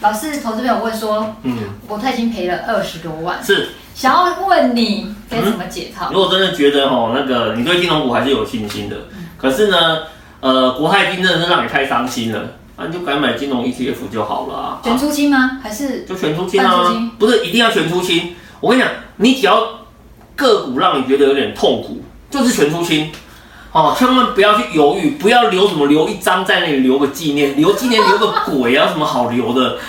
老是投资朋友问说，嗯，我他已经赔了二十多万，是。想要问你该怎么解套？如果真的觉得哦，那个你对金融股还是有信心的，可是呢，呃，国泰金真的是让你太伤心了，啊，你就改买金融 ETF 就好了啊，全出清吗？还是就全出清半出啊清，不是一定要全出清。我跟你讲，你只要个股让你觉得有点痛苦，就是全出清。哦，千万不要去犹豫，不要留什么留一张在那里留个纪念，留纪念留个鬼啊，有什么好留的？